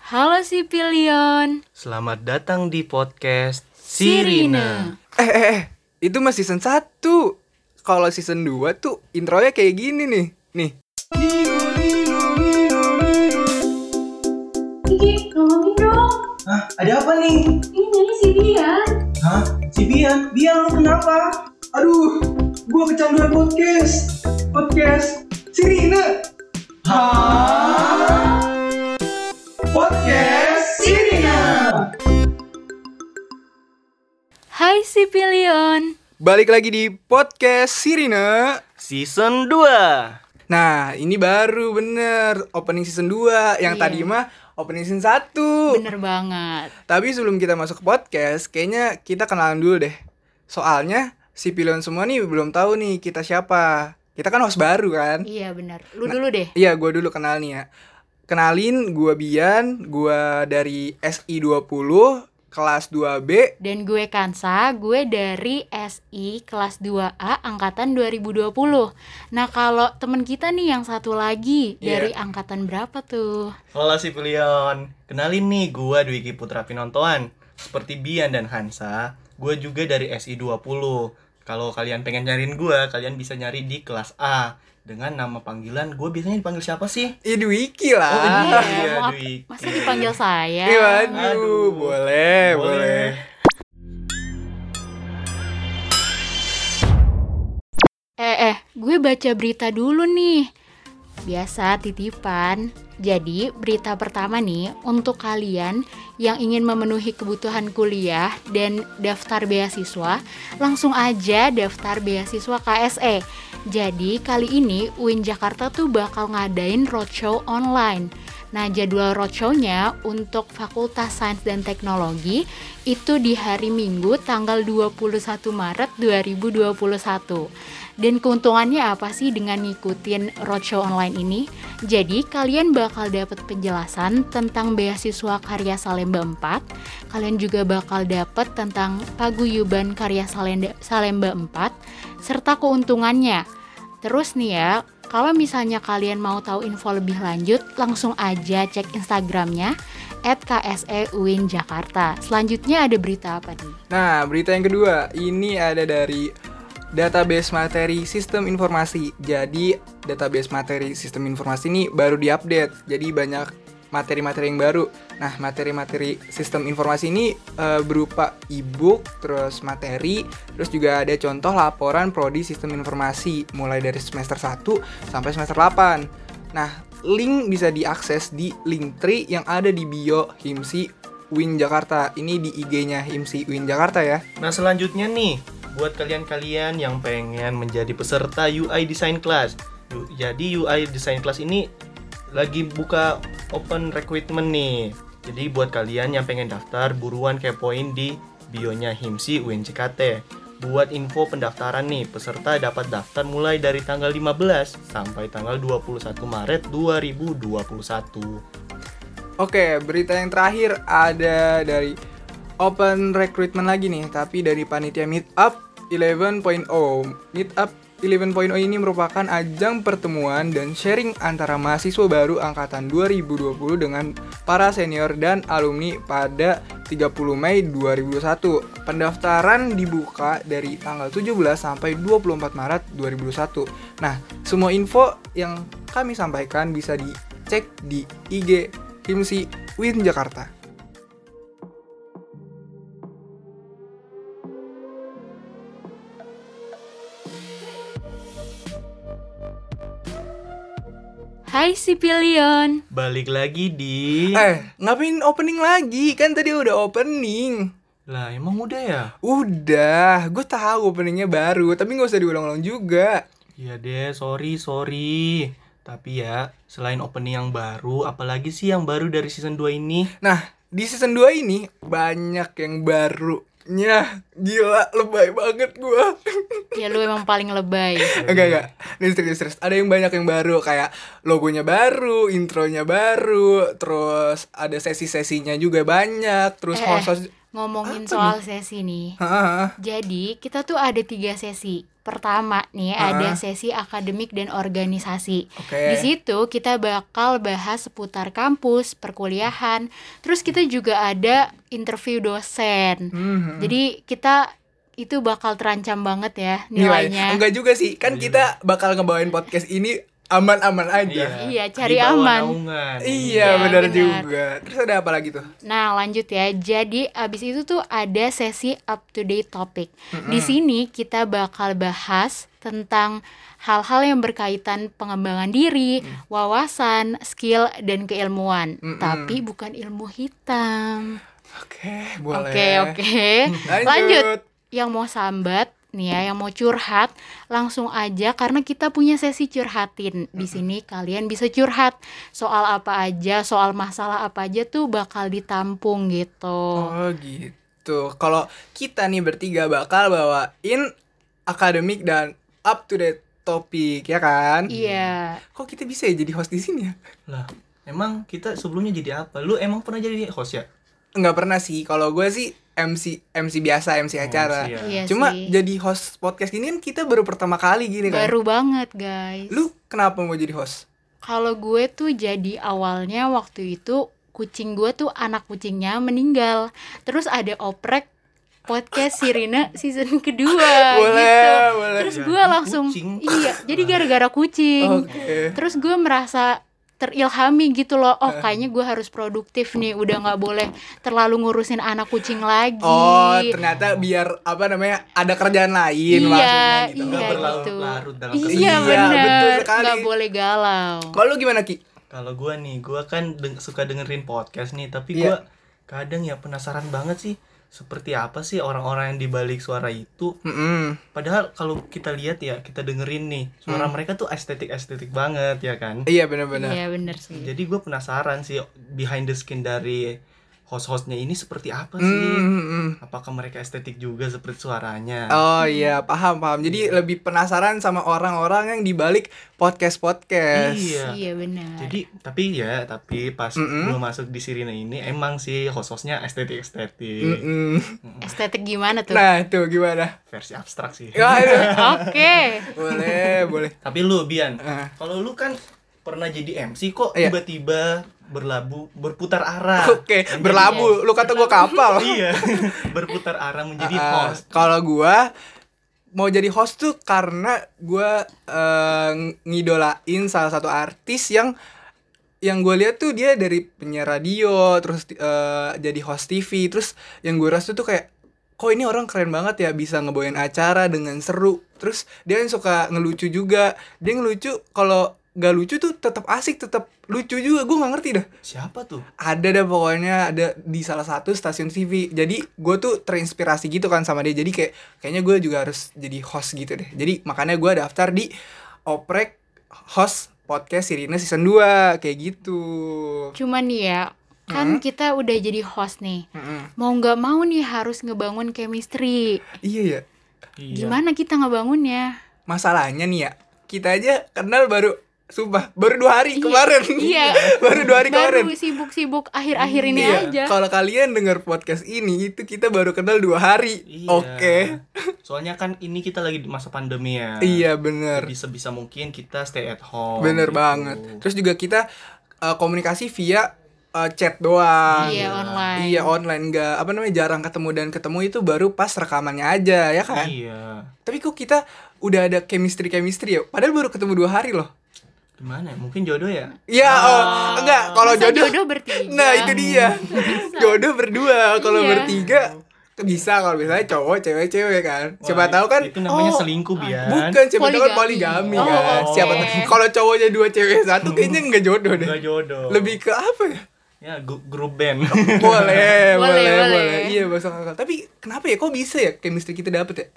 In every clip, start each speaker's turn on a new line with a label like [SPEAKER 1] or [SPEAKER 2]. [SPEAKER 1] Halo Sipilion.
[SPEAKER 2] Selamat datang di podcast
[SPEAKER 1] Sirina.
[SPEAKER 2] Sirina.
[SPEAKER 3] Eh, eh, eh, itu masih season 1. Kalau season 2 tuh intronya kayak gini nih. Nih.
[SPEAKER 4] Kiki, ngomongin dong.
[SPEAKER 5] Hah, ada apa nih?
[SPEAKER 4] Ini nyanyi si Bian.
[SPEAKER 5] Hah? Si Bian, Bian lu kenapa? Aduh, gua kecanduan podcast. Podcast Sirina. Hah? Podcast Sirina.
[SPEAKER 1] Hai Sipilion.
[SPEAKER 3] Balik lagi di podcast Sirina.
[SPEAKER 2] Season 2.
[SPEAKER 3] Nah, ini baru bener opening season 2
[SPEAKER 1] Iya.
[SPEAKER 3] yang tadi mah opening season 1.
[SPEAKER 1] Bener banget.
[SPEAKER 3] Tapi sebelum kita masuk ke podcast, kayaknya kita kenalan dulu deh. Soalnya si pilihan semua nih belum tahu nih kita siapa. Kita kan host baru kan?
[SPEAKER 1] Iya bener. Lu dulu deh.
[SPEAKER 3] Iya, gue dulu kenal nih ya. Kenalin, gue Bian, gue dari SI20, kelas 2B.
[SPEAKER 1] Dan gue Kansa, gue dari SI kelas 2A angkatan 2020. Nah, kalau temen kita nih yang satu lagi
[SPEAKER 3] Iya.
[SPEAKER 1] dari angkatan berapa tuh?
[SPEAKER 2] Halo Sipilion. Kenalin nih gua Dwiki Putra Pinontoan. Seperti Bian dan Hansa, gua juga dari SI20. Kalau kalian pengen nyariin gua, kalian bisa nyari di kelas A dengan nama panggilan. Gua biasanya dipanggil siapa sih? Oh,
[SPEAKER 3] Idwiki lah.
[SPEAKER 1] Iya, mau apa-
[SPEAKER 2] Dwiki.
[SPEAKER 1] Masa dipanggil saya?
[SPEAKER 3] Iya, waduh,
[SPEAKER 2] Aduh.
[SPEAKER 3] boleh, Eh, boleh.
[SPEAKER 1] Eh, eh, gue baca berita dulu nih. Biasa titipan. Jadi, berita pertama nih untuk kalian yang ingin memenuhi kebutuhan kuliah dan daftar beasiswa, langsung aja daftar beasiswa KSE. Jadi, kali ini UIN Jakarta tuh bakal ngadain roadshow online. Nah, jadwal roadshow-nya untuk Fakultas Sains dan Teknologi itu di hari Minggu tanggal 21 Maret 2021. Dan keuntungannya apa sih dengan ngikutin roadshow online ini? Jadi kalian bakal dapat penjelasan tentang beasiswa karya Salemba 4 Kalian juga bakal dapat tentang paguyuban karya Salenda- Salemba 4 Serta keuntungannya Terus nih ya, kalau misalnya kalian mau tahu info lebih lanjut, langsung aja cek Instagramnya at E Jakarta. Selanjutnya ada berita apa nih?
[SPEAKER 3] Nah, berita yang kedua, ini ada dari database materi sistem informasi. Jadi, database materi sistem informasi ini baru diupdate. Jadi, banyak materi-materi yang baru. Nah, materi-materi sistem informasi ini eh, berupa e-book, terus materi, terus juga ada contoh laporan prodi sistem informasi mulai dari semester 1 sampai semester 8. Nah, link bisa diakses di Linktree yang ada di bio HIMSI Win Jakarta. Ini di IG-nya HIMSI Win Jakarta ya.
[SPEAKER 2] Nah selanjutnya nih, buat kalian-kalian yang pengen menjadi peserta UI Design Class Yu- Jadi UI Design Class ini lagi buka open recruitment nih Jadi buat kalian yang pengen daftar, buruan kepoin di bionya HIMSI UNCKT Buat info pendaftaran nih, peserta dapat daftar mulai dari tanggal 15 sampai tanggal 21 Maret 2021
[SPEAKER 3] Oke, berita yang terakhir ada dari Open Recruitment lagi nih, tapi dari panitia Meetup 11.0. Meetup 11.0 ini merupakan ajang pertemuan dan sharing antara mahasiswa baru angkatan 2020 dengan para senior dan alumni pada 30 Mei 2021. Pendaftaran dibuka dari tanggal 17 sampai 24 Maret 2021. Nah, semua info yang kami sampaikan bisa dicek di IG Himsi Win Jakarta.
[SPEAKER 1] Hai Sipilion.
[SPEAKER 2] Balik lagi
[SPEAKER 1] Iya.
[SPEAKER 2] di...
[SPEAKER 3] Eh, ngapain opening lagi? Kan tadi udah opening.
[SPEAKER 2] Lah emang udah ya?
[SPEAKER 3] Udah, gue tahu openingnya baru, tapi nggak usah diulang-ulang juga.
[SPEAKER 2] Iya deh, sorry, sorry. Tapi ya, selain opening yang baru, apalagi sih yang baru dari season 2 ini?
[SPEAKER 3] Nah, di season 2 ini banyak yang baru. Nyah, gila, lebay banget gua
[SPEAKER 1] Ya lu emang paling lebay.
[SPEAKER 3] Enggak, enggak Ini serius, serius Ada yang banyak yang baru Kayak logonya baru, intronya baru Terus ada sesi-sesinya juga banyak
[SPEAKER 1] Eh,
[SPEAKER 3] Terus
[SPEAKER 1] eh.
[SPEAKER 3] host-host
[SPEAKER 1] ngomongin soal sesi nih.
[SPEAKER 3] Hah?
[SPEAKER 1] Jadi kita tuh ada tiga sesi. Pertama nih
[SPEAKER 3] Ah.
[SPEAKER 1] ada sesi akademik dan organisasi.
[SPEAKER 3] Oke.
[SPEAKER 1] Di situ kita bakal bahas seputar kampus, perkuliahan. Terus kita juga ada interview dosen.
[SPEAKER 3] Mhm.
[SPEAKER 1] Jadi kita itu bakal terancam banget ya
[SPEAKER 3] Nilai.
[SPEAKER 1] nilainya.
[SPEAKER 3] Iya, Enggak juga sih. Kan kita bakal ngebawain podcast ini aman-aman aja.
[SPEAKER 1] Iya, cari
[SPEAKER 2] Di bawah
[SPEAKER 1] aman.
[SPEAKER 2] naungan.
[SPEAKER 3] Iya,
[SPEAKER 1] Iya,
[SPEAKER 3] benar
[SPEAKER 1] benar.
[SPEAKER 3] juga. Terus ada apa lagi tuh?
[SPEAKER 1] Nah, lanjut ya. Jadi abis itu tuh ada sesi up to date topic. Di sini kita bakal bahas tentang hal-hal yang berkaitan pengembangan diri, wawasan, skill dan keilmuan.
[SPEAKER 3] Mm. Mm-mm.
[SPEAKER 1] Tapi bukan ilmu hitam.
[SPEAKER 3] Oke, boleh. Mm.
[SPEAKER 1] Oke, oke.
[SPEAKER 3] Lanjut.
[SPEAKER 1] Lanjut. Yang mau sambat nih ya, yang mau curhat, langsung aja karena kita punya sesi curhatin. Di sini kalian bisa curhat soal apa aja, soal masalah apa aja tuh bakal ditampung gitu.
[SPEAKER 3] Oh, gitu. Kalau kita nih bertiga bakal bawain akademik dan up to date topik, ya kan?
[SPEAKER 1] Iya.
[SPEAKER 3] Kok kita bisa ya jadi host di sini ya?
[SPEAKER 2] Lah, emang kita sebelumnya jadi apa? Lu emang pernah jadi host ya?
[SPEAKER 3] Enggak pernah sih. Kalau gue sih MC MC biasa, MC acara.
[SPEAKER 2] MC, ya.
[SPEAKER 1] Iya
[SPEAKER 3] Cuma
[SPEAKER 1] sih.
[SPEAKER 3] jadi host podcast gini kan kita baru pertama kali gini kan.
[SPEAKER 1] baru banget, guys.
[SPEAKER 3] Lu kenapa mau jadi host?
[SPEAKER 1] Kalau gue tuh jadi awalnya waktu itu kucing gue tuh anak kucingnya meninggal. Terus ada oprek podcast Sirina season kedua gitu.
[SPEAKER 3] boleh, boleh.
[SPEAKER 1] Terus
[SPEAKER 2] Jadi
[SPEAKER 1] gue langsung
[SPEAKER 2] kucing.
[SPEAKER 1] iya, jadi gara-gara kucing.
[SPEAKER 3] Oke.
[SPEAKER 1] Terus gue merasa terilhami gitu loh. Oh, kayaknya gue harus produktif nih, udah nggak boleh terlalu ngurusin anak kucing lagi.
[SPEAKER 3] Oh, ternyata biar apa namanya? ada kerjaan
[SPEAKER 1] Iya,
[SPEAKER 3] lain maksudnya gitu.
[SPEAKER 2] Nggak
[SPEAKER 1] Iya, gitu.
[SPEAKER 2] berlarut-larut dalam
[SPEAKER 1] Iya,
[SPEAKER 3] Iya, betul
[SPEAKER 1] benar.
[SPEAKER 3] sekali.
[SPEAKER 1] Nggak boleh galau.
[SPEAKER 3] Kalau lu gimana Ki?
[SPEAKER 2] Kalau gua nih, gua kan deng- suka dengerin podcast nih, tapi
[SPEAKER 3] Iya.
[SPEAKER 2] gua kadang ya penasaran banget sih seperti apa sih orang-orang yang dibalik suara itu.
[SPEAKER 3] Mm-mm.
[SPEAKER 2] Padahal kalau kita lihat ya, kita dengerin nih, suara mereka tuh estetik-estetik banget ya kan.
[SPEAKER 3] Iya benar-benar.
[SPEAKER 1] Iya, benar sih.
[SPEAKER 2] Jadi gua penasaran sih behind the skin dari host-hostnya ini seperti apa
[SPEAKER 3] Mm,
[SPEAKER 2] sih?
[SPEAKER 3] mm, mm.
[SPEAKER 2] Apakah mereka estetik juga seperti suaranya?
[SPEAKER 3] Oh iya, paham paham. Jadi lebih penasaran sama orang-orang yang dibalik podcast-podcast.
[SPEAKER 2] Iya.
[SPEAKER 1] Iya, benar.
[SPEAKER 2] Jadi tapi ya tapi pas
[SPEAKER 3] Mm-mm.
[SPEAKER 2] gua masuk di Sirine ini emang sih host-hostnya estetik-estetik
[SPEAKER 3] Mm-mm.
[SPEAKER 1] Estetik gimana tuh?
[SPEAKER 3] Nah, tuh gimana?
[SPEAKER 2] versi abstrak sih.
[SPEAKER 3] Waduh.
[SPEAKER 1] Oke.
[SPEAKER 3] boleh, boleh.
[SPEAKER 2] Tapi lu Bian,
[SPEAKER 3] Eh.
[SPEAKER 2] kalau lu kan pernah jadi MC kok
[SPEAKER 3] Iya.
[SPEAKER 2] tiba-tiba berlabuh berputar arah.
[SPEAKER 3] Oke,
[SPEAKER 2] Menjadi
[SPEAKER 3] berlabuh. Lu kata gua kapal.
[SPEAKER 2] host. Nah, Iya, berputar arah menjadi
[SPEAKER 3] Ah, ah.
[SPEAKER 2] host.
[SPEAKER 3] Kalau gua mau jadi host tuh karena gua eh, ngidolain salah satu artis yang yang gue lihat tuh dia dari penyiar radio terus eh, jadi host TV terus yang gue rasa tuh kayak kok ini orang keren banget ya bisa ngebawain acara dengan seru terus dia yang suka ngelucu juga dia ngelucu kalau gak lucu tuh tetap asik tetap lucu juga gue nggak ngerti dah
[SPEAKER 2] Siapa tuh?
[SPEAKER 3] ada dah pokoknya ada di salah satu stasiun TV jadi gue tuh terinspirasi gitu kan sama dia jadi kayak kayaknya gue juga harus jadi host gitu deh jadi makanya gue daftar di oprek host podcast Sirine season 2 kayak gitu
[SPEAKER 1] Cuman nih ya, kan
[SPEAKER 3] Hmm?
[SPEAKER 1] kita udah jadi host nih.
[SPEAKER 3] Mm-mm.
[SPEAKER 1] Mau nggak mau nih harus ngebangun chemistry.
[SPEAKER 3] iya ya
[SPEAKER 2] Iya.
[SPEAKER 1] Gimana kita ngebangunnya?
[SPEAKER 3] masalahnya nih ya kita aja kenal baru sumpah baru dua hari kemarin
[SPEAKER 1] Iya.
[SPEAKER 3] baru dua hari kemarin
[SPEAKER 1] Baru sibuk-sibuk akhir-akhir ini
[SPEAKER 3] Iya.
[SPEAKER 1] aja.
[SPEAKER 3] kalau kalian dengar podcast ini itu kita baru kenal dua hari
[SPEAKER 2] Iya.
[SPEAKER 3] oke
[SPEAKER 2] Soalnya kan ini kita lagi di masa pandemi ya.
[SPEAKER 3] iya bener
[SPEAKER 2] Jadi sebisa mungkin kita stay at home.
[SPEAKER 3] Bener
[SPEAKER 2] gitu.
[SPEAKER 3] banget. Terus juga kita uh, komunikasi via uh, chat doang.
[SPEAKER 1] Iya, online.
[SPEAKER 3] Iya online nggak apa namanya jarang ketemu dan ketemu itu baru pas rekamannya aja ya kan.
[SPEAKER 2] Iya.
[SPEAKER 3] Tapi kok kita udah ada chemistry chemistry ya. Padahal baru ketemu dua hari loh.
[SPEAKER 2] Gimana? ya? Mungkin jodoh ya?
[SPEAKER 3] Iya oh enggak kalau
[SPEAKER 1] Masa
[SPEAKER 3] jodoh.
[SPEAKER 1] bertiga.
[SPEAKER 3] Nah itu dia. jodoh berdua kalau
[SPEAKER 1] Iya.
[SPEAKER 3] bertiga bisa kalau biasanya cowok cewek cewek kan.
[SPEAKER 2] Wah,
[SPEAKER 3] Siapa tahu kan
[SPEAKER 2] Itu
[SPEAKER 1] Oh.
[SPEAKER 2] namanya selingkuh Bian.
[SPEAKER 3] Bukan siapa tahu kan poligami
[SPEAKER 1] Poligami.
[SPEAKER 3] kan.
[SPEAKER 2] Oh,
[SPEAKER 3] Siapa
[SPEAKER 2] oke. Hmm.
[SPEAKER 3] tahu kalau cowoknya dua cewek satu kayaknya nggak jodoh deh.
[SPEAKER 2] Nggak jodoh.
[SPEAKER 3] Lebih Hmm. ke apa ya?
[SPEAKER 2] ya gu- grup band.
[SPEAKER 3] boleh, boleh, boleh,
[SPEAKER 1] boleh.
[SPEAKER 3] Iya, masuk akal. Tapi kenapa ya kok bisa ya chemistry kita dapet ya?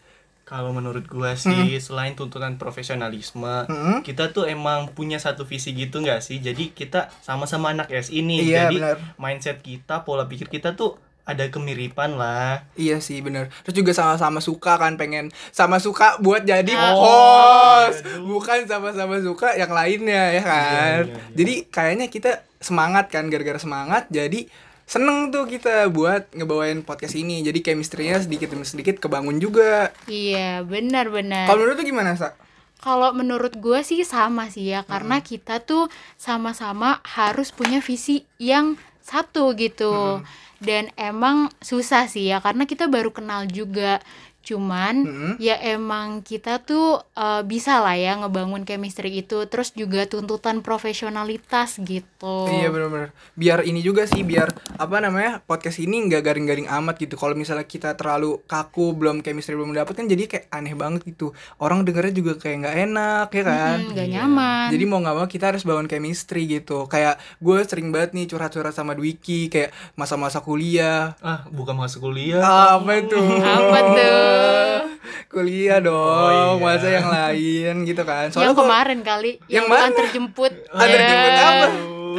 [SPEAKER 2] Kalau menurut gua sih selain tuntutan profesionalisme,
[SPEAKER 3] Hmm.
[SPEAKER 2] kita tuh emang punya satu visi gitu nggak sih? Jadi kita sama-sama anak SI nih.
[SPEAKER 3] Iya,
[SPEAKER 2] Jadi
[SPEAKER 3] benar.
[SPEAKER 2] mindset kita, pola pikir kita tuh ada kemiripan lah.
[SPEAKER 3] Iya sih bener Terus juga sama-sama suka kan pengen Sama suka buat jadi
[SPEAKER 1] Ah.
[SPEAKER 3] host
[SPEAKER 2] aduh.
[SPEAKER 3] Bukan sama-sama suka yang lainnya ya kan
[SPEAKER 2] Iya, iya, iya.
[SPEAKER 3] Jadi kayaknya kita semangat kan Gara-gara semangat jadi seneng tuh kita buat ngebawain podcast ini. Jadi chemistry-nya sedikit demi sedikit kebangun juga.
[SPEAKER 1] Iya, benar-benar.
[SPEAKER 3] Kalau menurut tuh gimana, Sa?
[SPEAKER 1] Kalau menurut gue sih sama sih ya, karena kita tuh sama-sama harus punya visi yang satu gitu. Dan emang susah sih ya, karena kita baru kenal juga. Cuman
[SPEAKER 3] Mm-mm.
[SPEAKER 1] ya emang kita tuh eh, bisa lah ya ngebangun chemistry itu. Terus juga tuntutan profesionalitas gitu.
[SPEAKER 3] Iya benar-benar. Biar ini juga sih, biar apa namanya podcast ini nggak garing-garing amat gitu. Kalau misalnya kita terlalu kaku, belum chemistry belum dapet kan jadi kayak aneh banget gitu. Orang dengernya juga kayak nggak enak ya kan.
[SPEAKER 1] Mm-mm, nggak nyaman.
[SPEAKER 3] Jadi mau nggak mau kita harus bangun chemistry gitu. Kayak gue sering banget nih curhat-curhat sama Dwiki kayak masa-masa kuliah.
[SPEAKER 2] Ah, bukan masuk kuliah.
[SPEAKER 1] Oh,
[SPEAKER 3] Ah, apa itu?
[SPEAKER 1] Apa tuh?
[SPEAKER 3] kuliah dong,
[SPEAKER 2] Oh, iya.
[SPEAKER 3] masa yang lain gitu kan.
[SPEAKER 1] yang
[SPEAKER 3] kalau-
[SPEAKER 1] kemarin kali,
[SPEAKER 3] Yang mana?
[SPEAKER 1] antar jemput. Iya.
[SPEAKER 3] Antar jemput apa?
[SPEAKER 2] Aduh.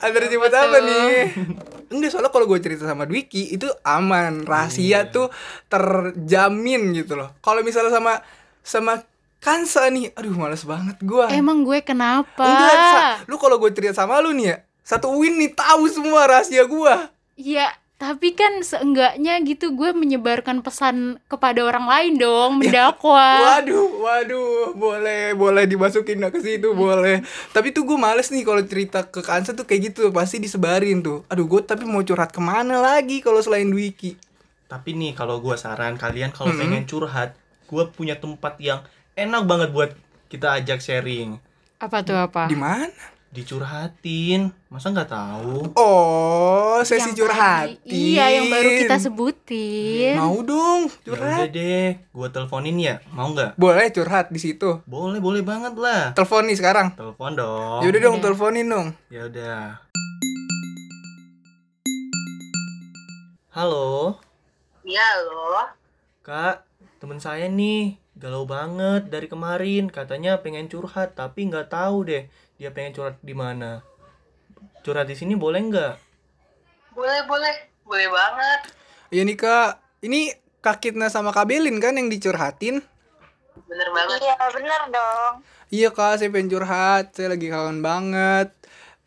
[SPEAKER 3] Ada jemput
[SPEAKER 1] Apa
[SPEAKER 3] apa
[SPEAKER 1] tuh?
[SPEAKER 3] nih? Enggak soalnya kalau gue cerita sama Dwiki itu aman, rahasia tuh terjamin gitu loh. Kalau misalnya sama sama Kansa nih, aduh males banget gua.
[SPEAKER 1] Emang gue kenapa?
[SPEAKER 3] Enggak, Sa, lu kalau gue cerita sama lu nih ya, satu Win nih tahu semua rahasia gua.
[SPEAKER 1] Ya, tapi kan seenggaknya gitu gue menyebarkan pesan kepada orang lain dong, mendakwa.
[SPEAKER 3] Waduh, waduh, boleh, boleh dimasukin ke situ, boleh. Tapi tuh gue males nih kalau cerita ke Kansa tuh kayak gitu, pasti disebarin tuh. Aduh, gue tapi mau curhat kemana lagi kalau selain Dwiki?
[SPEAKER 2] Tapi nih kalau gua saran kalian kalau
[SPEAKER 3] Mm-mm.
[SPEAKER 2] pengen curhat, gua punya tempat yang enak banget buat kita ajak sharing.
[SPEAKER 1] Apa tuh apa?
[SPEAKER 3] Di mana?
[SPEAKER 2] Dicurhatin, masa nggak tahu?
[SPEAKER 3] Oh, sesi
[SPEAKER 1] Yang
[SPEAKER 3] curhatin.
[SPEAKER 1] tadi. Iya, yang baru kita sebutin.
[SPEAKER 3] Mau dong
[SPEAKER 2] Ya udah
[SPEAKER 3] curhat.
[SPEAKER 2] deh, gua teleponin ya. Mau nggak?
[SPEAKER 3] Boleh curhat di situ.
[SPEAKER 2] Boleh, boleh banget lah.
[SPEAKER 3] Telepon nih sekarang.
[SPEAKER 2] Telepon dong.
[SPEAKER 3] Yaudah dong,
[SPEAKER 1] Udah.
[SPEAKER 3] teleponin dong.
[SPEAKER 2] Ya udah. Halo,
[SPEAKER 6] Iya loh.
[SPEAKER 2] Kak. Temen saya nih galau banget dari kemarin. Katanya pengen curhat, tapi nggak tahu deh dia pengen curhat di mana. Curhat di sini boleh nggak?
[SPEAKER 6] Boleh, boleh. Boleh banget.
[SPEAKER 3] Ya nih kak, ini Kak Kitna sama Kak Belin kan yang dicurhatin?
[SPEAKER 6] Bener banget.
[SPEAKER 7] Iya bener dong
[SPEAKER 3] Iya kak, saya pengen curhat. Saya lagi kangen banget.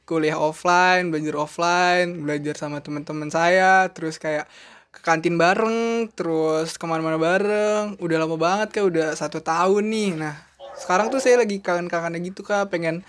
[SPEAKER 3] Kuliah offline, belajar offline, belajar sama teman-teman saya. Terus kayak ke kantin bareng, terus kemana-mana bareng. Udah lama banget kak, udah satu tahun nih. Nah, sekarang tuh saya lagi kangen-kangennya gitu kak, pengen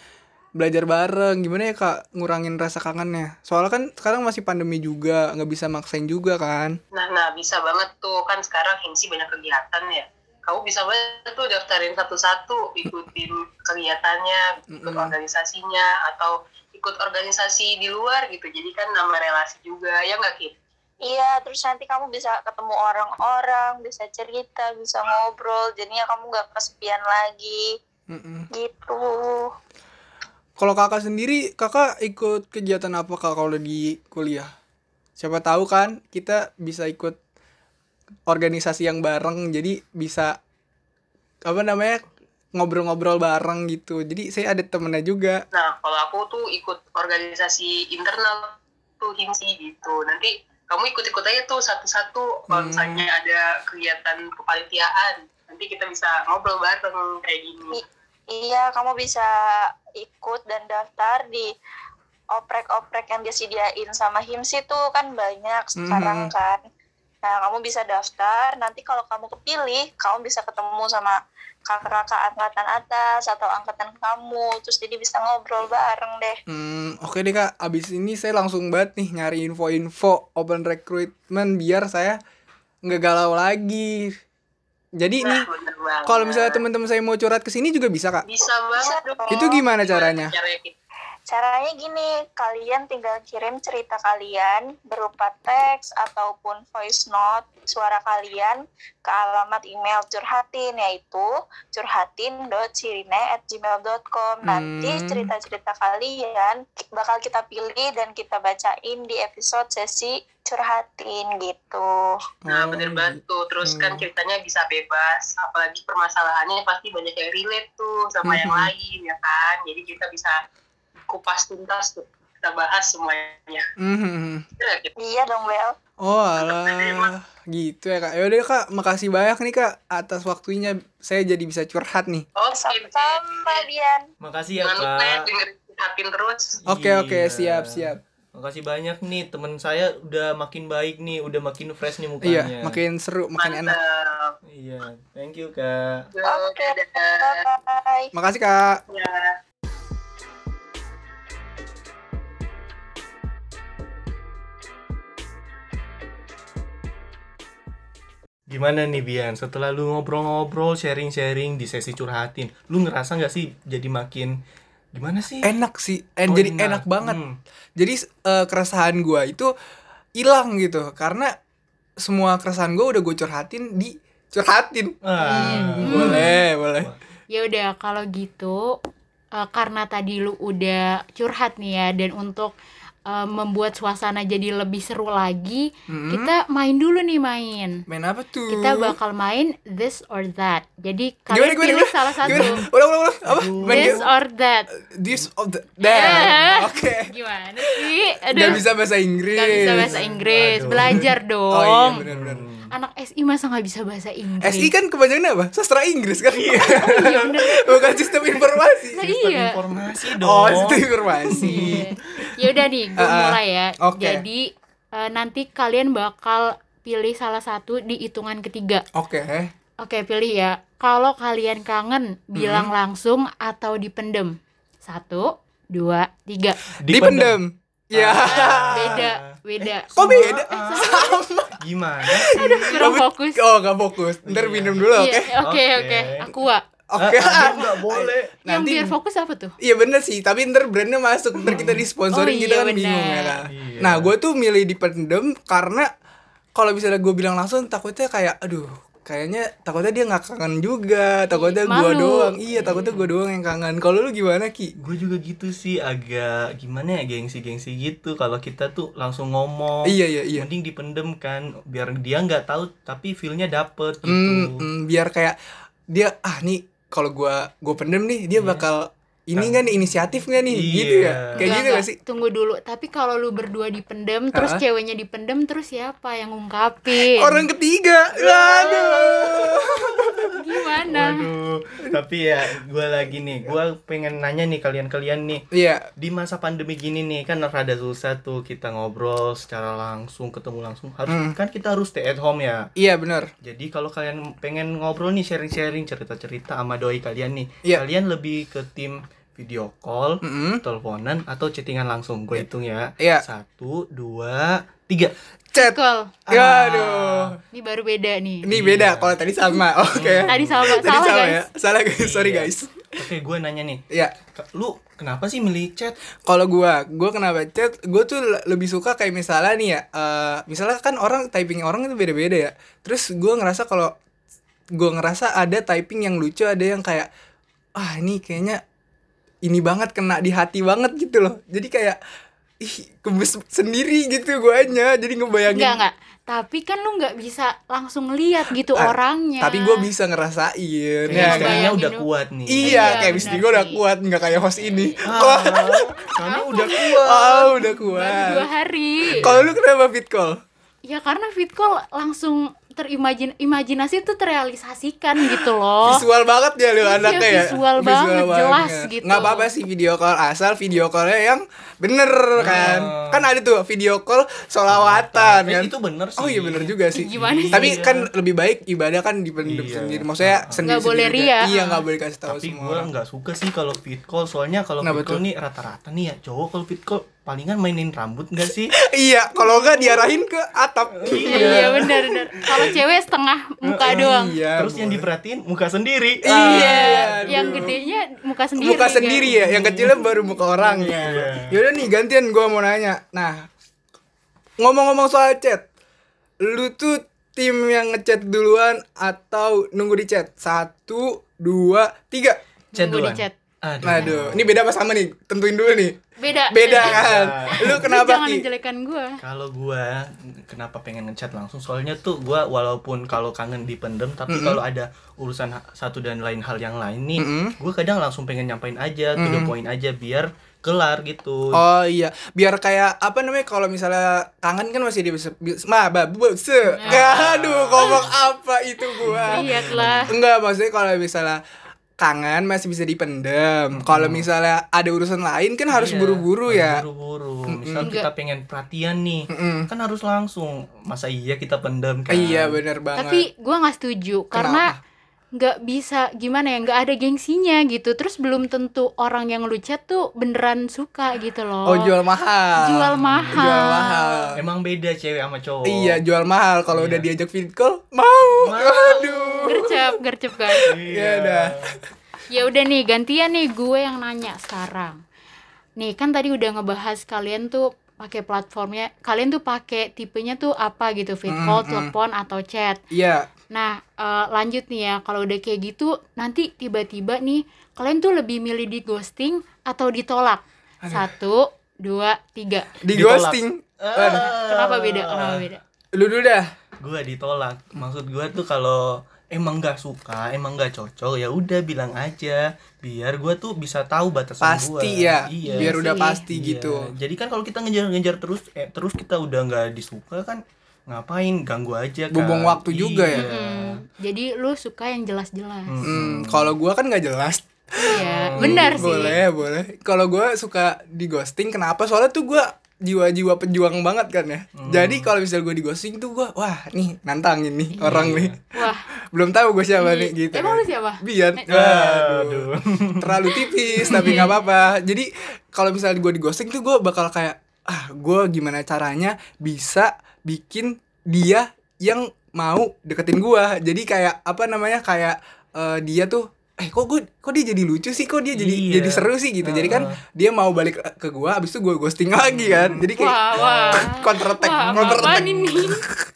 [SPEAKER 3] belajar bareng. Gimana ya kak, ngurangin rasa kangennya? Soalnya kan sekarang masih pandemi juga, nggak bisa maksain juga kan.
[SPEAKER 6] Nah, nah bisa banget tuh. Kan sekarang Himsi banyak kegiatan ya. Kamu bisa banget tuh daftarin satu-satu. Ikutin kegiatannya, ikut
[SPEAKER 3] Mm-mm.
[SPEAKER 6] organisasinya, atau ikut organisasi di luar gitu. Jadi kan nama relasi juga, ya nggak, Kit?
[SPEAKER 7] Iya terus nanti kamu bisa ketemu orang-orang Bisa cerita, bisa ngobrol Jadinya kamu gak kesepian lagi
[SPEAKER 3] Mm-mm.
[SPEAKER 7] Gitu
[SPEAKER 3] Kalau kakak sendiri, kakak ikut kegiatan apa kak kalau di kuliah? Siapa tahu kan kita bisa ikut organisasi yang bareng, jadi bisa apa namanya ngobrol-ngobrol bareng gitu. Jadi saya ada temennya juga.
[SPEAKER 6] Nah, kalau aku tuh ikut organisasi internal tuh Himsi gitu. Nanti kamu ikut-ikut aja tuh satu-satu. Kalau
[SPEAKER 3] Hmm.
[SPEAKER 6] misalnya ada kegiatan kepanitiaan, nanti kita bisa ngobrol bareng kayak gini.
[SPEAKER 7] Iya kamu bisa ikut dan daftar di oprek-oprek yang disediain sama Himsi tuh kan banyak sekarang
[SPEAKER 3] Mhm.
[SPEAKER 7] kan Nah kamu bisa daftar Nanti kalau kamu kepilih kamu bisa ketemu sama kakak-kakak angkatan atas atau angkatan kamu Terus jadi bisa ngobrol bareng deh
[SPEAKER 3] Hmm, oke deh kak, abis ini saya langsung banget nih nyari info-info open recruitment biar saya nggak galau lagi. Jadi ini
[SPEAKER 6] Nah, bener banget.
[SPEAKER 3] kalau misalnya teman-teman saya mau curhat ke sini juga bisa kak.
[SPEAKER 6] bisa banget dong.
[SPEAKER 3] Itu gimana caranya?
[SPEAKER 6] Caranya gitu.
[SPEAKER 7] Caranya gini, kalian tinggal kirim cerita kalian berupa teks ataupun voice note suara kalian ke alamat email curhatin yaitu curhatin.sirine@gmail.com. Nanti
[SPEAKER 3] Hmm.
[SPEAKER 7] cerita-cerita kalian bakal kita pilih dan kita bacain di episode sesi curhatin gitu.
[SPEAKER 6] Nah,
[SPEAKER 3] Oh,
[SPEAKER 6] bener banget tuh. Terus kan
[SPEAKER 3] Hmm.
[SPEAKER 6] ceritanya bisa bebas. Apalagi permasalahannya pasti banyak yang relate tuh sama yang
[SPEAKER 3] Mhm.
[SPEAKER 6] lain, ya kan? Jadi kita bisa kupas tuntas tuh. Kita bahas semuanya.
[SPEAKER 3] Mhm.
[SPEAKER 6] Bener nggak, Kit?
[SPEAKER 7] Iya dong, Bel.
[SPEAKER 3] Oh alah gitu ya kak Yaudah kak makasih banyak nih kak atas waktunya saya jadi bisa curhat nih
[SPEAKER 6] Oke,
[SPEAKER 7] Sama-sama, Dian.
[SPEAKER 2] Makasih ya,
[SPEAKER 6] Jangan lupa ya
[SPEAKER 2] Kak.
[SPEAKER 6] dengerin hatin terus.
[SPEAKER 3] Oke
[SPEAKER 2] Iya.
[SPEAKER 3] oke siap siap
[SPEAKER 2] Oke, Makasih banyak nih teman saya udah makin baik nih, udah makin fresh nih
[SPEAKER 3] Iya,
[SPEAKER 2] mukanya.
[SPEAKER 3] makin seru, makin enak.
[SPEAKER 6] Mantap.
[SPEAKER 2] Iya, thank you Kak.
[SPEAKER 7] Oke,
[SPEAKER 6] Dadah.
[SPEAKER 7] bye.
[SPEAKER 3] Makasih Kak.
[SPEAKER 6] Ya.
[SPEAKER 2] Gimana nih Bian, setelah lu ngobrol-ngobrol, sharing-sharing di sesi curhatin, lu ngerasa nggak sih jadi makin gimana sih?
[SPEAKER 3] enak sih
[SPEAKER 2] Oh,
[SPEAKER 3] en jadi
[SPEAKER 2] enak.
[SPEAKER 3] enak banget
[SPEAKER 2] Hmm.
[SPEAKER 3] jadi eh, keresahan gua itu hilang gitu karena semua keresahan gua udah gue curhatin di curhatin Hmm.
[SPEAKER 2] Ah,
[SPEAKER 1] Hmm.
[SPEAKER 3] boleh boleh
[SPEAKER 1] Ya udah kalau gitu eh, karena tadi lu udah curhat nih ya dan untuk eh, membuat suasana jadi lebih seru lagi,
[SPEAKER 3] Mm-mm.
[SPEAKER 1] kita main dulu nih main.
[SPEAKER 3] main apa tuh
[SPEAKER 1] Kita bakal main this or that. Jadi
[SPEAKER 3] Mm-hmm. Gimana,
[SPEAKER 1] kalian
[SPEAKER 3] gimana,
[SPEAKER 1] pilih
[SPEAKER 3] gimana?
[SPEAKER 1] salah satu.
[SPEAKER 3] Gimana? ulang ulang ulang apa main
[SPEAKER 1] This
[SPEAKER 3] di-
[SPEAKER 1] or that.
[SPEAKER 3] this of the
[SPEAKER 1] Eh.
[SPEAKER 3] damn oke
[SPEAKER 1] Gimana sih?
[SPEAKER 3] udah
[SPEAKER 1] Aduh.
[SPEAKER 3] bisa bahasa Inggris
[SPEAKER 1] Gak bisa bahasa Inggris.
[SPEAKER 2] Aduh.
[SPEAKER 1] Belajar dong.
[SPEAKER 3] iya, oh iya benar benar
[SPEAKER 1] Anak SI masa nggak bisa bahasa Inggris?
[SPEAKER 3] SI kan kepanjangannya apa sastra Inggris kan iya
[SPEAKER 1] Iya bener.
[SPEAKER 3] bukan sistem informasi
[SPEAKER 1] Nah,
[SPEAKER 2] Sistem
[SPEAKER 1] iya.
[SPEAKER 2] informasi dong. Iya.
[SPEAKER 3] oh sistem informasi
[SPEAKER 1] ya udah nih gue
[SPEAKER 3] Ah, ah.
[SPEAKER 1] mulai ya
[SPEAKER 3] Oke.
[SPEAKER 1] jadi eh, nanti kalian bakal pilih salah satu di hitungan ketiga
[SPEAKER 3] oke
[SPEAKER 1] oke pilih ya kalau kalian
[SPEAKER 3] Hmm.
[SPEAKER 1] kangen bilang langsung atau dipendem satu dua tiga
[SPEAKER 3] dipendem ya
[SPEAKER 2] Ah.
[SPEAKER 1] beda beda
[SPEAKER 3] Eh, kok beda
[SPEAKER 2] Gimana?
[SPEAKER 1] kurang
[SPEAKER 3] Kamu-
[SPEAKER 1] fokus
[SPEAKER 3] Oh, gak fokus. Ntar
[SPEAKER 2] Iya.
[SPEAKER 3] minum dulu, oke?
[SPEAKER 1] Iya, oke oke
[SPEAKER 2] Oke.
[SPEAKER 1] aqua
[SPEAKER 3] Oke.
[SPEAKER 2] Ah, nggak boleh.
[SPEAKER 1] yang
[SPEAKER 3] Nanti
[SPEAKER 1] biar fokus apa tuh
[SPEAKER 3] Iya bener sih, tapi ntar brandnya masuk, ntar kita disponsorin
[SPEAKER 1] Oh,
[SPEAKER 3] kita
[SPEAKER 1] iya,
[SPEAKER 3] kan
[SPEAKER 1] bener.
[SPEAKER 3] bingung ya lah.
[SPEAKER 2] Hmm. Iya.
[SPEAKER 3] Nah, gue tuh milih dipendem karena kalau misalnya gue bilang langsung takutnya kayak, aduh, kayaknya takutnya dia nggak kangen juga, takutnya gue
[SPEAKER 1] malu.
[SPEAKER 3] doang. Iya, takutnya gue doang yang kangen. Kalau lu gimana ki?
[SPEAKER 2] Gue juga gitu sih, agak gimana ya gengsi-gengsi gitu. Kalau kita tuh langsung ngomong.
[SPEAKER 3] Iya iya iya.
[SPEAKER 2] Mending dipendem kan, biar dia nggak tahu, tapi feelnya dapet gitu.
[SPEAKER 3] Hmm, hmm, biar kayak dia ah nih kalau gue gue pendem nih dia bakal ini kan inisiatif nggak nih
[SPEAKER 2] Iya.
[SPEAKER 3] gitu ya kayak
[SPEAKER 1] Nggak,
[SPEAKER 3] gitu
[SPEAKER 1] nggak.
[SPEAKER 3] gak sih
[SPEAKER 1] Tunggu dulu. Tapi kalau lu berdua dipendem, terus
[SPEAKER 3] Ah.
[SPEAKER 1] ceweknya dipendem, terus siapa yang ngungkapin?
[SPEAKER 3] orang ketiga aduh
[SPEAKER 1] gimana?
[SPEAKER 2] Waduh, tapi ya gue lagi nih, gue pengen nanya nih kalian-kalian nih
[SPEAKER 3] Iya,
[SPEAKER 2] di masa pandemi gini nih kan rada susah tuh kita ngobrol secara langsung, ketemu langsung harus
[SPEAKER 3] Hmm.
[SPEAKER 2] kan kita harus stay at home ya.
[SPEAKER 3] iya benar.
[SPEAKER 2] Jadi kalau kalian pengen ngobrol nih sharing-sharing cerita-cerita sama doi kalian nih,
[SPEAKER 3] Iya.
[SPEAKER 2] kalian lebih ke tim video call,
[SPEAKER 3] Mm-mm.
[SPEAKER 2] teleponan atau chattingan langsung. Gue hitung ya.
[SPEAKER 3] Iya.
[SPEAKER 2] Satu, dua, tiga. Ah.
[SPEAKER 3] Chat.
[SPEAKER 1] Call.
[SPEAKER 3] Ya, Aduh.
[SPEAKER 1] Ini baru beda nih.
[SPEAKER 2] Iya.
[SPEAKER 3] Ini beda kalau tadi sama. Oke.
[SPEAKER 1] Tadi sama,
[SPEAKER 3] Tadi
[SPEAKER 1] salah,
[SPEAKER 3] salah
[SPEAKER 1] guys.
[SPEAKER 3] ya. Salah guys. Sorry
[SPEAKER 2] Iya.
[SPEAKER 3] guys.
[SPEAKER 2] Oke, gue nanya nih,
[SPEAKER 3] Iya.
[SPEAKER 2] ke- lu kenapa sih milih chat?
[SPEAKER 3] Kalau gua, gua kenapa chat? Gua tuh le- lebih suka kayak misalnya nih ya, eh, misalnya kan orang typing orang itu beda-beda ya. Terus gua ngerasa kalau gua ngerasa ada typing yang lucu, ada yang kayak ah ini kayaknya ini banget kena di hati banget gitu loh. Jadi kayak ih kebes sendiri gitu guanya. Jadi ngebayangin
[SPEAKER 1] Enggak, enggak. Tapi kan lu nggak bisa langsung lihat gitu
[SPEAKER 3] Ah,
[SPEAKER 1] orangnya.
[SPEAKER 3] tapi gue bisa ngerasain
[SPEAKER 2] Kayaknya
[SPEAKER 3] ya kan?
[SPEAKER 1] Bayangin
[SPEAKER 2] kayaknya udah
[SPEAKER 1] dulu.
[SPEAKER 2] kuat nih.
[SPEAKER 1] Iya,
[SPEAKER 3] iya kayak
[SPEAKER 1] benar
[SPEAKER 3] bisnis gue udah
[SPEAKER 1] sih.
[SPEAKER 3] kuat nggak kayak host ini
[SPEAKER 2] Ah, Soalnya udah kuat.
[SPEAKER 3] oh udah
[SPEAKER 1] Baru dua
[SPEAKER 3] kuat
[SPEAKER 1] hari.
[SPEAKER 3] kalau lu kenapa fit call
[SPEAKER 1] Ya karena fit call langsung terimajin imajinasi itu terrealisasikan gitu loh.
[SPEAKER 3] visual banget ya lu
[SPEAKER 1] Iya,
[SPEAKER 3] anaknya ya
[SPEAKER 1] visual banget, jelas gitu.
[SPEAKER 3] nggak apa apa sih video call asal video callnya yang bener
[SPEAKER 2] Oh.
[SPEAKER 3] kan kan ada tuh video call solawatan
[SPEAKER 2] Eh,
[SPEAKER 3] kan
[SPEAKER 2] itu bener sih.
[SPEAKER 3] oh iya bener juga sih
[SPEAKER 1] Gimana sih?
[SPEAKER 3] tapi kan lebih baik ibadah kan dipendem
[SPEAKER 2] Iya.
[SPEAKER 3] sendiri maksudnya sendiri
[SPEAKER 1] boleh ria.
[SPEAKER 3] iya nggak boleh kasih tahu
[SPEAKER 2] Tapi
[SPEAKER 3] semua
[SPEAKER 2] gue
[SPEAKER 3] orang.
[SPEAKER 2] nggak suka sih kalau fit call. Soalnya kalau
[SPEAKER 3] Kenapa
[SPEAKER 2] fit call
[SPEAKER 3] tuh?
[SPEAKER 2] nih rata-rata nih ya cowok kalau fit call palingan mainin rambut nggak sih?
[SPEAKER 3] iya kalau nggak diarahin ke atap
[SPEAKER 1] Iya, iya benar benar. Kalau cewek setengah muka doang.
[SPEAKER 3] iya
[SPEAKER 2] Terus yang
[SPEAKER 3] boleh.
[SPEAKER 2] diperhatiin muka sendiri.
[SPEAKER 3] Iya. aduh.
[SPEAKER 1] Yang gedenya muka sendiri.
[SPEAKER 3] muka
[SPEAKER 1] kan?
[SPEAKER 3] sendiri ya yang kecilnya baru muka orang ya yaudah nih gantian gua mau nanya nah ngomong-ngomong soal chat lu tuh tim yang ngechat duluan atau nunggu di chat satu dua tiga
[SPEAKER 2] Chat
[SPEAKER 1] Nunggu di
[SPEAKER 2] duluan.
[SPEAKER 1] chat.
[SPEAKER 2] Aduh.
[SPEAKER 3] aduh ini beda apa sama nih tentuin dulu nih
[SPEAKER 1] Beda.
[SPEAKER 3] beda kan lu
[SPEAKER 1] Iya. Lu
[SPEAKER 3] kenapa
[SPEAKER 1] Jangan
[SPEAKER 3] ki
[SPEAKER 1] menjelekan gue.
[SPEAKER 2] Kalau gua kenapa pengen ngechat langsung? Soalnya tuh gua walaupun kalau kangen dipendem, tapi kalau ada urusan ha- satu dan lain hal yang lain nih,
[SPEAKER 3] Mm-mm.
[SPEAKER 2] gua kadang langsung pengen nyampain aja, to the point aja biar kelar gitu.
[SPEAKER 3] Oh iya, biar kayak apa namanya kalau misalnya kangen kan masih di ma ba bu se. Aduh, ngomong apa itu gua?
[SPEAKER 1] Lihatlah.
[SPEAKER 3] Enggak, maksudnya kalau misalnya kangen masih bisa dipendem. Kalau misalnya ada urusan lain kan harus
[SPEAKER 2] Iya,
[SPEAKER 3] buru-buru
[SPEAKER 2] harus
[SPEAKER 3] ya.
[SPEAKER 2] buru-buru
[SPEAKER 3] Mm-mm.
[SPEAKER 2] misal kita pengen perhatian nih
[SPEAKER 3] Mm-mm.
[SPEAKER 2] kan harus langsung masa iya kita pendam kan
[SPEAKER 3] Iya bener banget.
[SPEAKER 1] Tapi gue nggak setuju karena nggak bisa gimana ya nggak ada gengsinya gitu. Terus belum tentu orang yang lu chat tuh beneran suka gitu loh.
[SPEAKER 3] oh jual mahal.
[SPEAKER 1] Jual mahal.
[SPEAKER 3] Jual mahal.
[SPEAKER 2] emang beda cewek sama cowok
[SPEAKER 3] Iya jual mahal. Kalau
[SPEAKER 2] Iya.
[SPEAKER 3] udah diajak video call mau.
[SPEAKER 2] Mau.
[SPEAKER 3] Aduh.
[SPEAKER 1] Gercep, gercep kan.
[SPEAKER 3] Iya, dah.
[SPEAKER 1] Ya udah nih gantian nih gue yang nanya sekarang. Nih kan tadi udah ngebahas kalian tuh pakai platformnya, kalian tuh pakai tipenya tuh apa gitu, fit
[SPEAKER 3] Mm,
[SPEAKER 1] call,
[SPEAKER 3] mm.
[SPEAKER 1] telepon atau chat.
[SPEAKER 3] Iya.
[SPEAKER 1] Nah, eh, lanjut nih ya, kalau udah kayak gitu, nanti tiba-tiba nih, kalian tuh lebih milih di ghosting atau ditolak? Satu, dua, tiga.
[SPEAKER 3] Di
[SPEAKER 2] Ditolak.
[SPEAKER 3] ghosting.
[SPEAKER 2] Ah.
[SPEAKER 3] Aduh.
[SPEAKER 1] Kenapa beda? Kenapa
[SPEAKER 2] Eh,
[SPEAKER 1] beda?
[SPEAKER 3] Lu dulu dah.
[SPEAKER 2] gue ditolak maksud gue tuh kalau emang gak suka emang gak cocok ya udah bilang aja biar gue tuh bisa tahu batasan
[SPEAKER 3] Pasti
[SPEAKER 2] gua.
[SPEAKER 3] ya.
[SPEAKER 2] iya.
[SPEAKER 3] Biar udah
[SPEAKER 1] Iya.
[SPEAKER 3] pasti
[SPEAKER 2] Iya.
[SPEAKER 3] gitu.
[SPEAKER 2] jadi kan kalau kita ngejar-ngejar terus eh, terus kita udah nggak disuka kan ngapain ganggu aja kan
[SPEAKER 3] Bumbung waktu juga ya.
[SPEAKER 2] Iya.
[SPEAKER 1] Hmm, jadi lu suka yang jelas-jelas.
[SPEAKER 3] Hmm, kalau gua kan nggak jelas.
[SPEAKER 1] Iya, benar sih.
[SPEAKER 3] Boleh, boleh. Kalau gua suka di ghosting, kenapa? Soalnya tuh gua jiwa-jiwa pejuang banget kan ya.
[SPEAKER 1] Hmm.
[SPEAKER 3] Jadi kalau misal gua di ghosting tuh gua wah nih nantangin nih orang
[SPEAKER 1] Iya.
[SPEAKER 3] nih.
[SPEAKER 1] Wah,
[SPEAKER 3] Belum tahu gua siapa
[SPEAKER 1] Iya.
[SPEAKER 3] nih gitu.
[SPEAKER 1] Emang
[SPEAKER 3] kan.
[SPEAKER 1] lu Eh, siapa?
[SPEAKER 3] Biar. Aduh.
[SPEAKER 2] aduh
[SPEAKER 3] Terlalu tipis tapi nggak apa-apa. Jadi kalau misalnya gua di ghosting tuh gua bakal kayak ah gua gimana caranya bisa bikin dia yang mau deketin gua. Jadi kayak apa namanya kayak eh, dia tuh eh kok gue kok dia jadi lucu sih kok dia jadi
[SPEAKER 2] Iya.
[SPEAKER 3] jadi seru sih gitu jadi kan dia mau balik ke gua abis itu gua ghosting lagi kan jadi kayak
[SPEAKER 1] Hmm. wah, wah.
[SPEAKER 3] counter attack
[SPEAKER 1] Wah,
[SPEAKER 3] counter
[SPEAKER 1] apaan
[SPEAKER 3] attack
[SPEAKER 1] ini?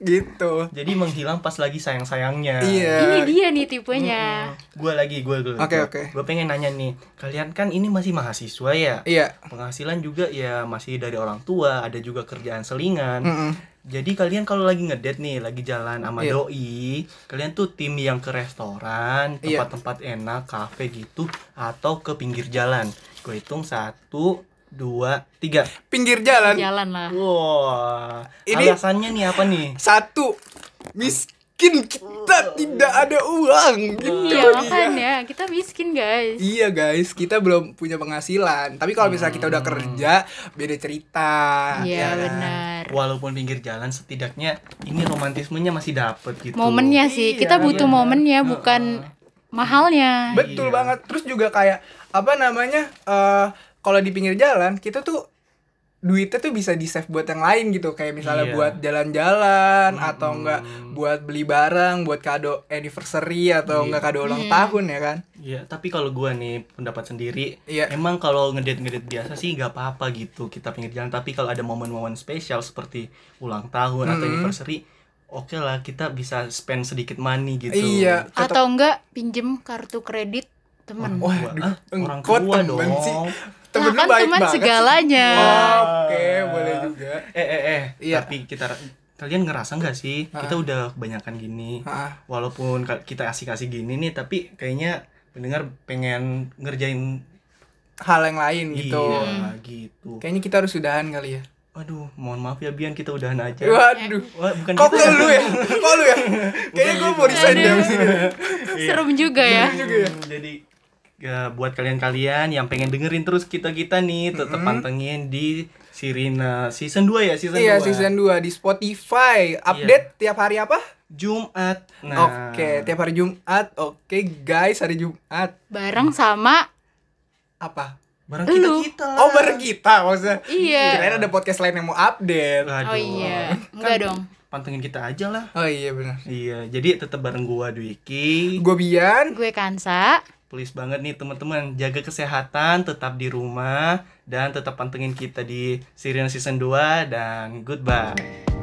[SPEAKER 3] gitu
[SPEAKER 2] jadi menghilang pas lagi sayang sayangnya
[SPEAKER 1] Ini
[SPEAKER 3] iya
[SPEAKER 1] dia nih tipenya.
[SPEAKER 2] gue lagi gue gue
[SPEAKER 3] Oke, oke.
[SPEAKER 2] gue pengen nanya nih kalian kan ini masih mahasiswa ya
[SPEAKER 3] iya
[SPEAKER 2] penghasilan juga ya masih dari orang tua ada juga kerjaan selingan
[SPEAKER 3] Mm-mm.
[SPEAKER 2] jadi kalian kalau lagi ngedate nih lagi jalan sama
[SPEAKER 3] Iya.
[SPEAKER 2] doi kalian tuh tim yang ke restoran
[SPEAKER 3] Iya.
[SPEAKER 2] tempat-tempat enak kafe gitu atau ke pinggir jalan gue hitung satu dua tiga
[SPEAKER 3] pinggir jalan
[SPEAKER 1] Jalan lah.
[SPEAKER 2] Iya, wah
[SPEAKER 3] Ini-
[SPEAKER 2] alasannya nih apa nih
[SPEAKER 3] satu miskin kita tidak ada uang gitu
[SPEAKER 1] Iya,
[SPEAKER 3] dia.
[SPEAKER 1] makanya kita miskin, guys.
[SPEAKER 3] Iya guys, kita belum punya penghasilan. Tapi kalau misalnya kita udah kerja, beda cerita.
[SPEAKER 1] Iya,
[SPEAKER 3] kan?
[SPEAKER 1] benar.
[SPEAKER 2] walaupun pinggir jalan setidaknya ini romantismenya masih dapet gitu
[SPEAKER 1] Momennya sih, kita
[SPEAKER 3] Iya,
[SPEAKER 1] butuh
[SPEAKER 2] iya.
[SPEAKER 1] momennya
[SPEAKER 2] Heeh.
[SPEAKER 1] bukan mahalnya.
[SPEAKER 3] Betul
[SPEAKER 2] Iya.
[SPEAKER 3] banget. Terus juga kayak apa namanya? eh kalau di pinggir jalan kita tuh duitnya tuh bisa di save buat yang lain gitu. Kayak misalnya
[SPEAKER 2] Iya. Hmm.
[SPEAKER 3] buat jalan-jalan Kan atau
[SPEAKER 2] Mm-mm.
[SPEAKER 3] enggak buat beli barang, buat kado anniversary atau
[SPEAKER 2] Iya.
[SPEAKER 3] enggak kado ulang
[SPEAKER 1] Mm.
[SPEAKER 3] tahun ya kan?
[SPEAKER 2] Iya, tapi kalau gua nih pendapat sendiri,
[SPEAKER 3] Iya.
[SPEAKER 2] emang kalau ngedate-ngedate biasa sih nggak apa-apa gitu kita pinggir jalan. Tapi kalau ada momen-momen spesial seperti ulang tahun atau
[SPEAKER 3] Mm.
[SPEAKER 2] anniversary, oke lah kita bisa spend sedikit money gitu.
[SPEAKER 3] Iya. tetap-
[SPEAKER 1] Atau enggak pinjem kartu kredit temen.
[SPEAKER 2] Wah,
[SPEAKER 3] Waduh,
[SPEAKER 2] ah, orang
[SPEAKER 3] engkau
[SPEAKER 2] tua dong.
[SPEAKER 3] temen sih.
[SPEAKER 1] Nah,
[SPEAKER 3] lu
[SPEAKER 1] kan
[SPEAKER 3] baik
[SPEAKER 1] teman
[SPEAKER 3] banget sih.
[SPEAKER 1] segalanya.
[SPEAKER 3] Wah, Oke, boleh juga.
[SPEAKER 2] Eh eh eh,
[SPEAKER 3] Iya.
[SPEAKER 2] tapi kita kalian ngerasa nggak sih kita udah kebanyakan gini?
[SPEAKER 3] Ah.
[SPEAKER 2] Walaupun ka- kita asik-asik gini nih, tapi kayaknya pendengar pengen ngerjain
[SPEAKER 3] Hal yang lain gitu.
[SPEAKER 2] Iya, gitu.
[SPEAKER 3] Kayaknya kita harus sudahan kali ya.
[SPEAKER 2] Waduh, mohon maaf ya Bian, kita udahan aja.
[SPEAKER 3] Waduh.
[SPEAKER 1] Eh.
[SPEAKER 2] Wah, bukan gitu
[SPEAKER 3] Kok
[SPEAKER 2] kita.
[SPEAKER 3] ke lu ya? Kok lu ya? Kayaknya
[SPEAKER 2] gitu
[SPEAKER 3] gue mau resign
[SPEAKER 1] Aduh.
[SPEAKER 3] dari sini. iya.
[SPEAKER 1] Serem juga ya.
[SPEAKER 2] ya. Iya. Hmm, Jadi ya, buat kalian-kalian yang pengen dengerin terus kita-kita nih, tetap
[SPEAKER 3] Hmm.
[SPEAKER 2] pantengin di Sirina season 2 ya, season
[SPEAKER 3] Iya,
[SPEAKER 2] 2.
[SPEAKER 3] season 2 di Spotify. Update tiap hari apa?
[SPEAKER 2] Jumat.
[SPEAKER 3] Nah.
[SPEAKER 2] Nah,
[SPEAKER 3] Oke, tiap hari Jumat. Oke, guys, hari Jumat.
[SPEAKER 1] Bareng sama
[SPEAKER 3] Apa?
[SPEAKER 2] barang
[SPEAKER 1] Lu.
[SPEAKER 2] kita-kita. lah.
[SPEAKER 3] Oh, bareng kita maksudnya. Nah.
[SPEAKER 1] iya.
[SPEAKER 3] Kirain ada podcast lain yang mau update.
[SPEAKER 2] Aduh.
[SPEAKER 1] Oh iya, enggak
[SPEAKER 3] Kan
[SPEAKER 1] dong.
[SPEAKER 2] Pantengin kita aja lah.
[SPEAKER 3] Oh iya benar.
[SPEAKER 2] Iya, jadi tetap bareng gua Dwiki.
[SPEAKER 3] Gue Bian.
[SPEAKER 1] Gue Kansa.
[SPEAKER 2] Please banget nih teman-teman, jaga kesehatan, tetap di rumah dan tetap pantengin kita di Sirina season 2 dan goodbye.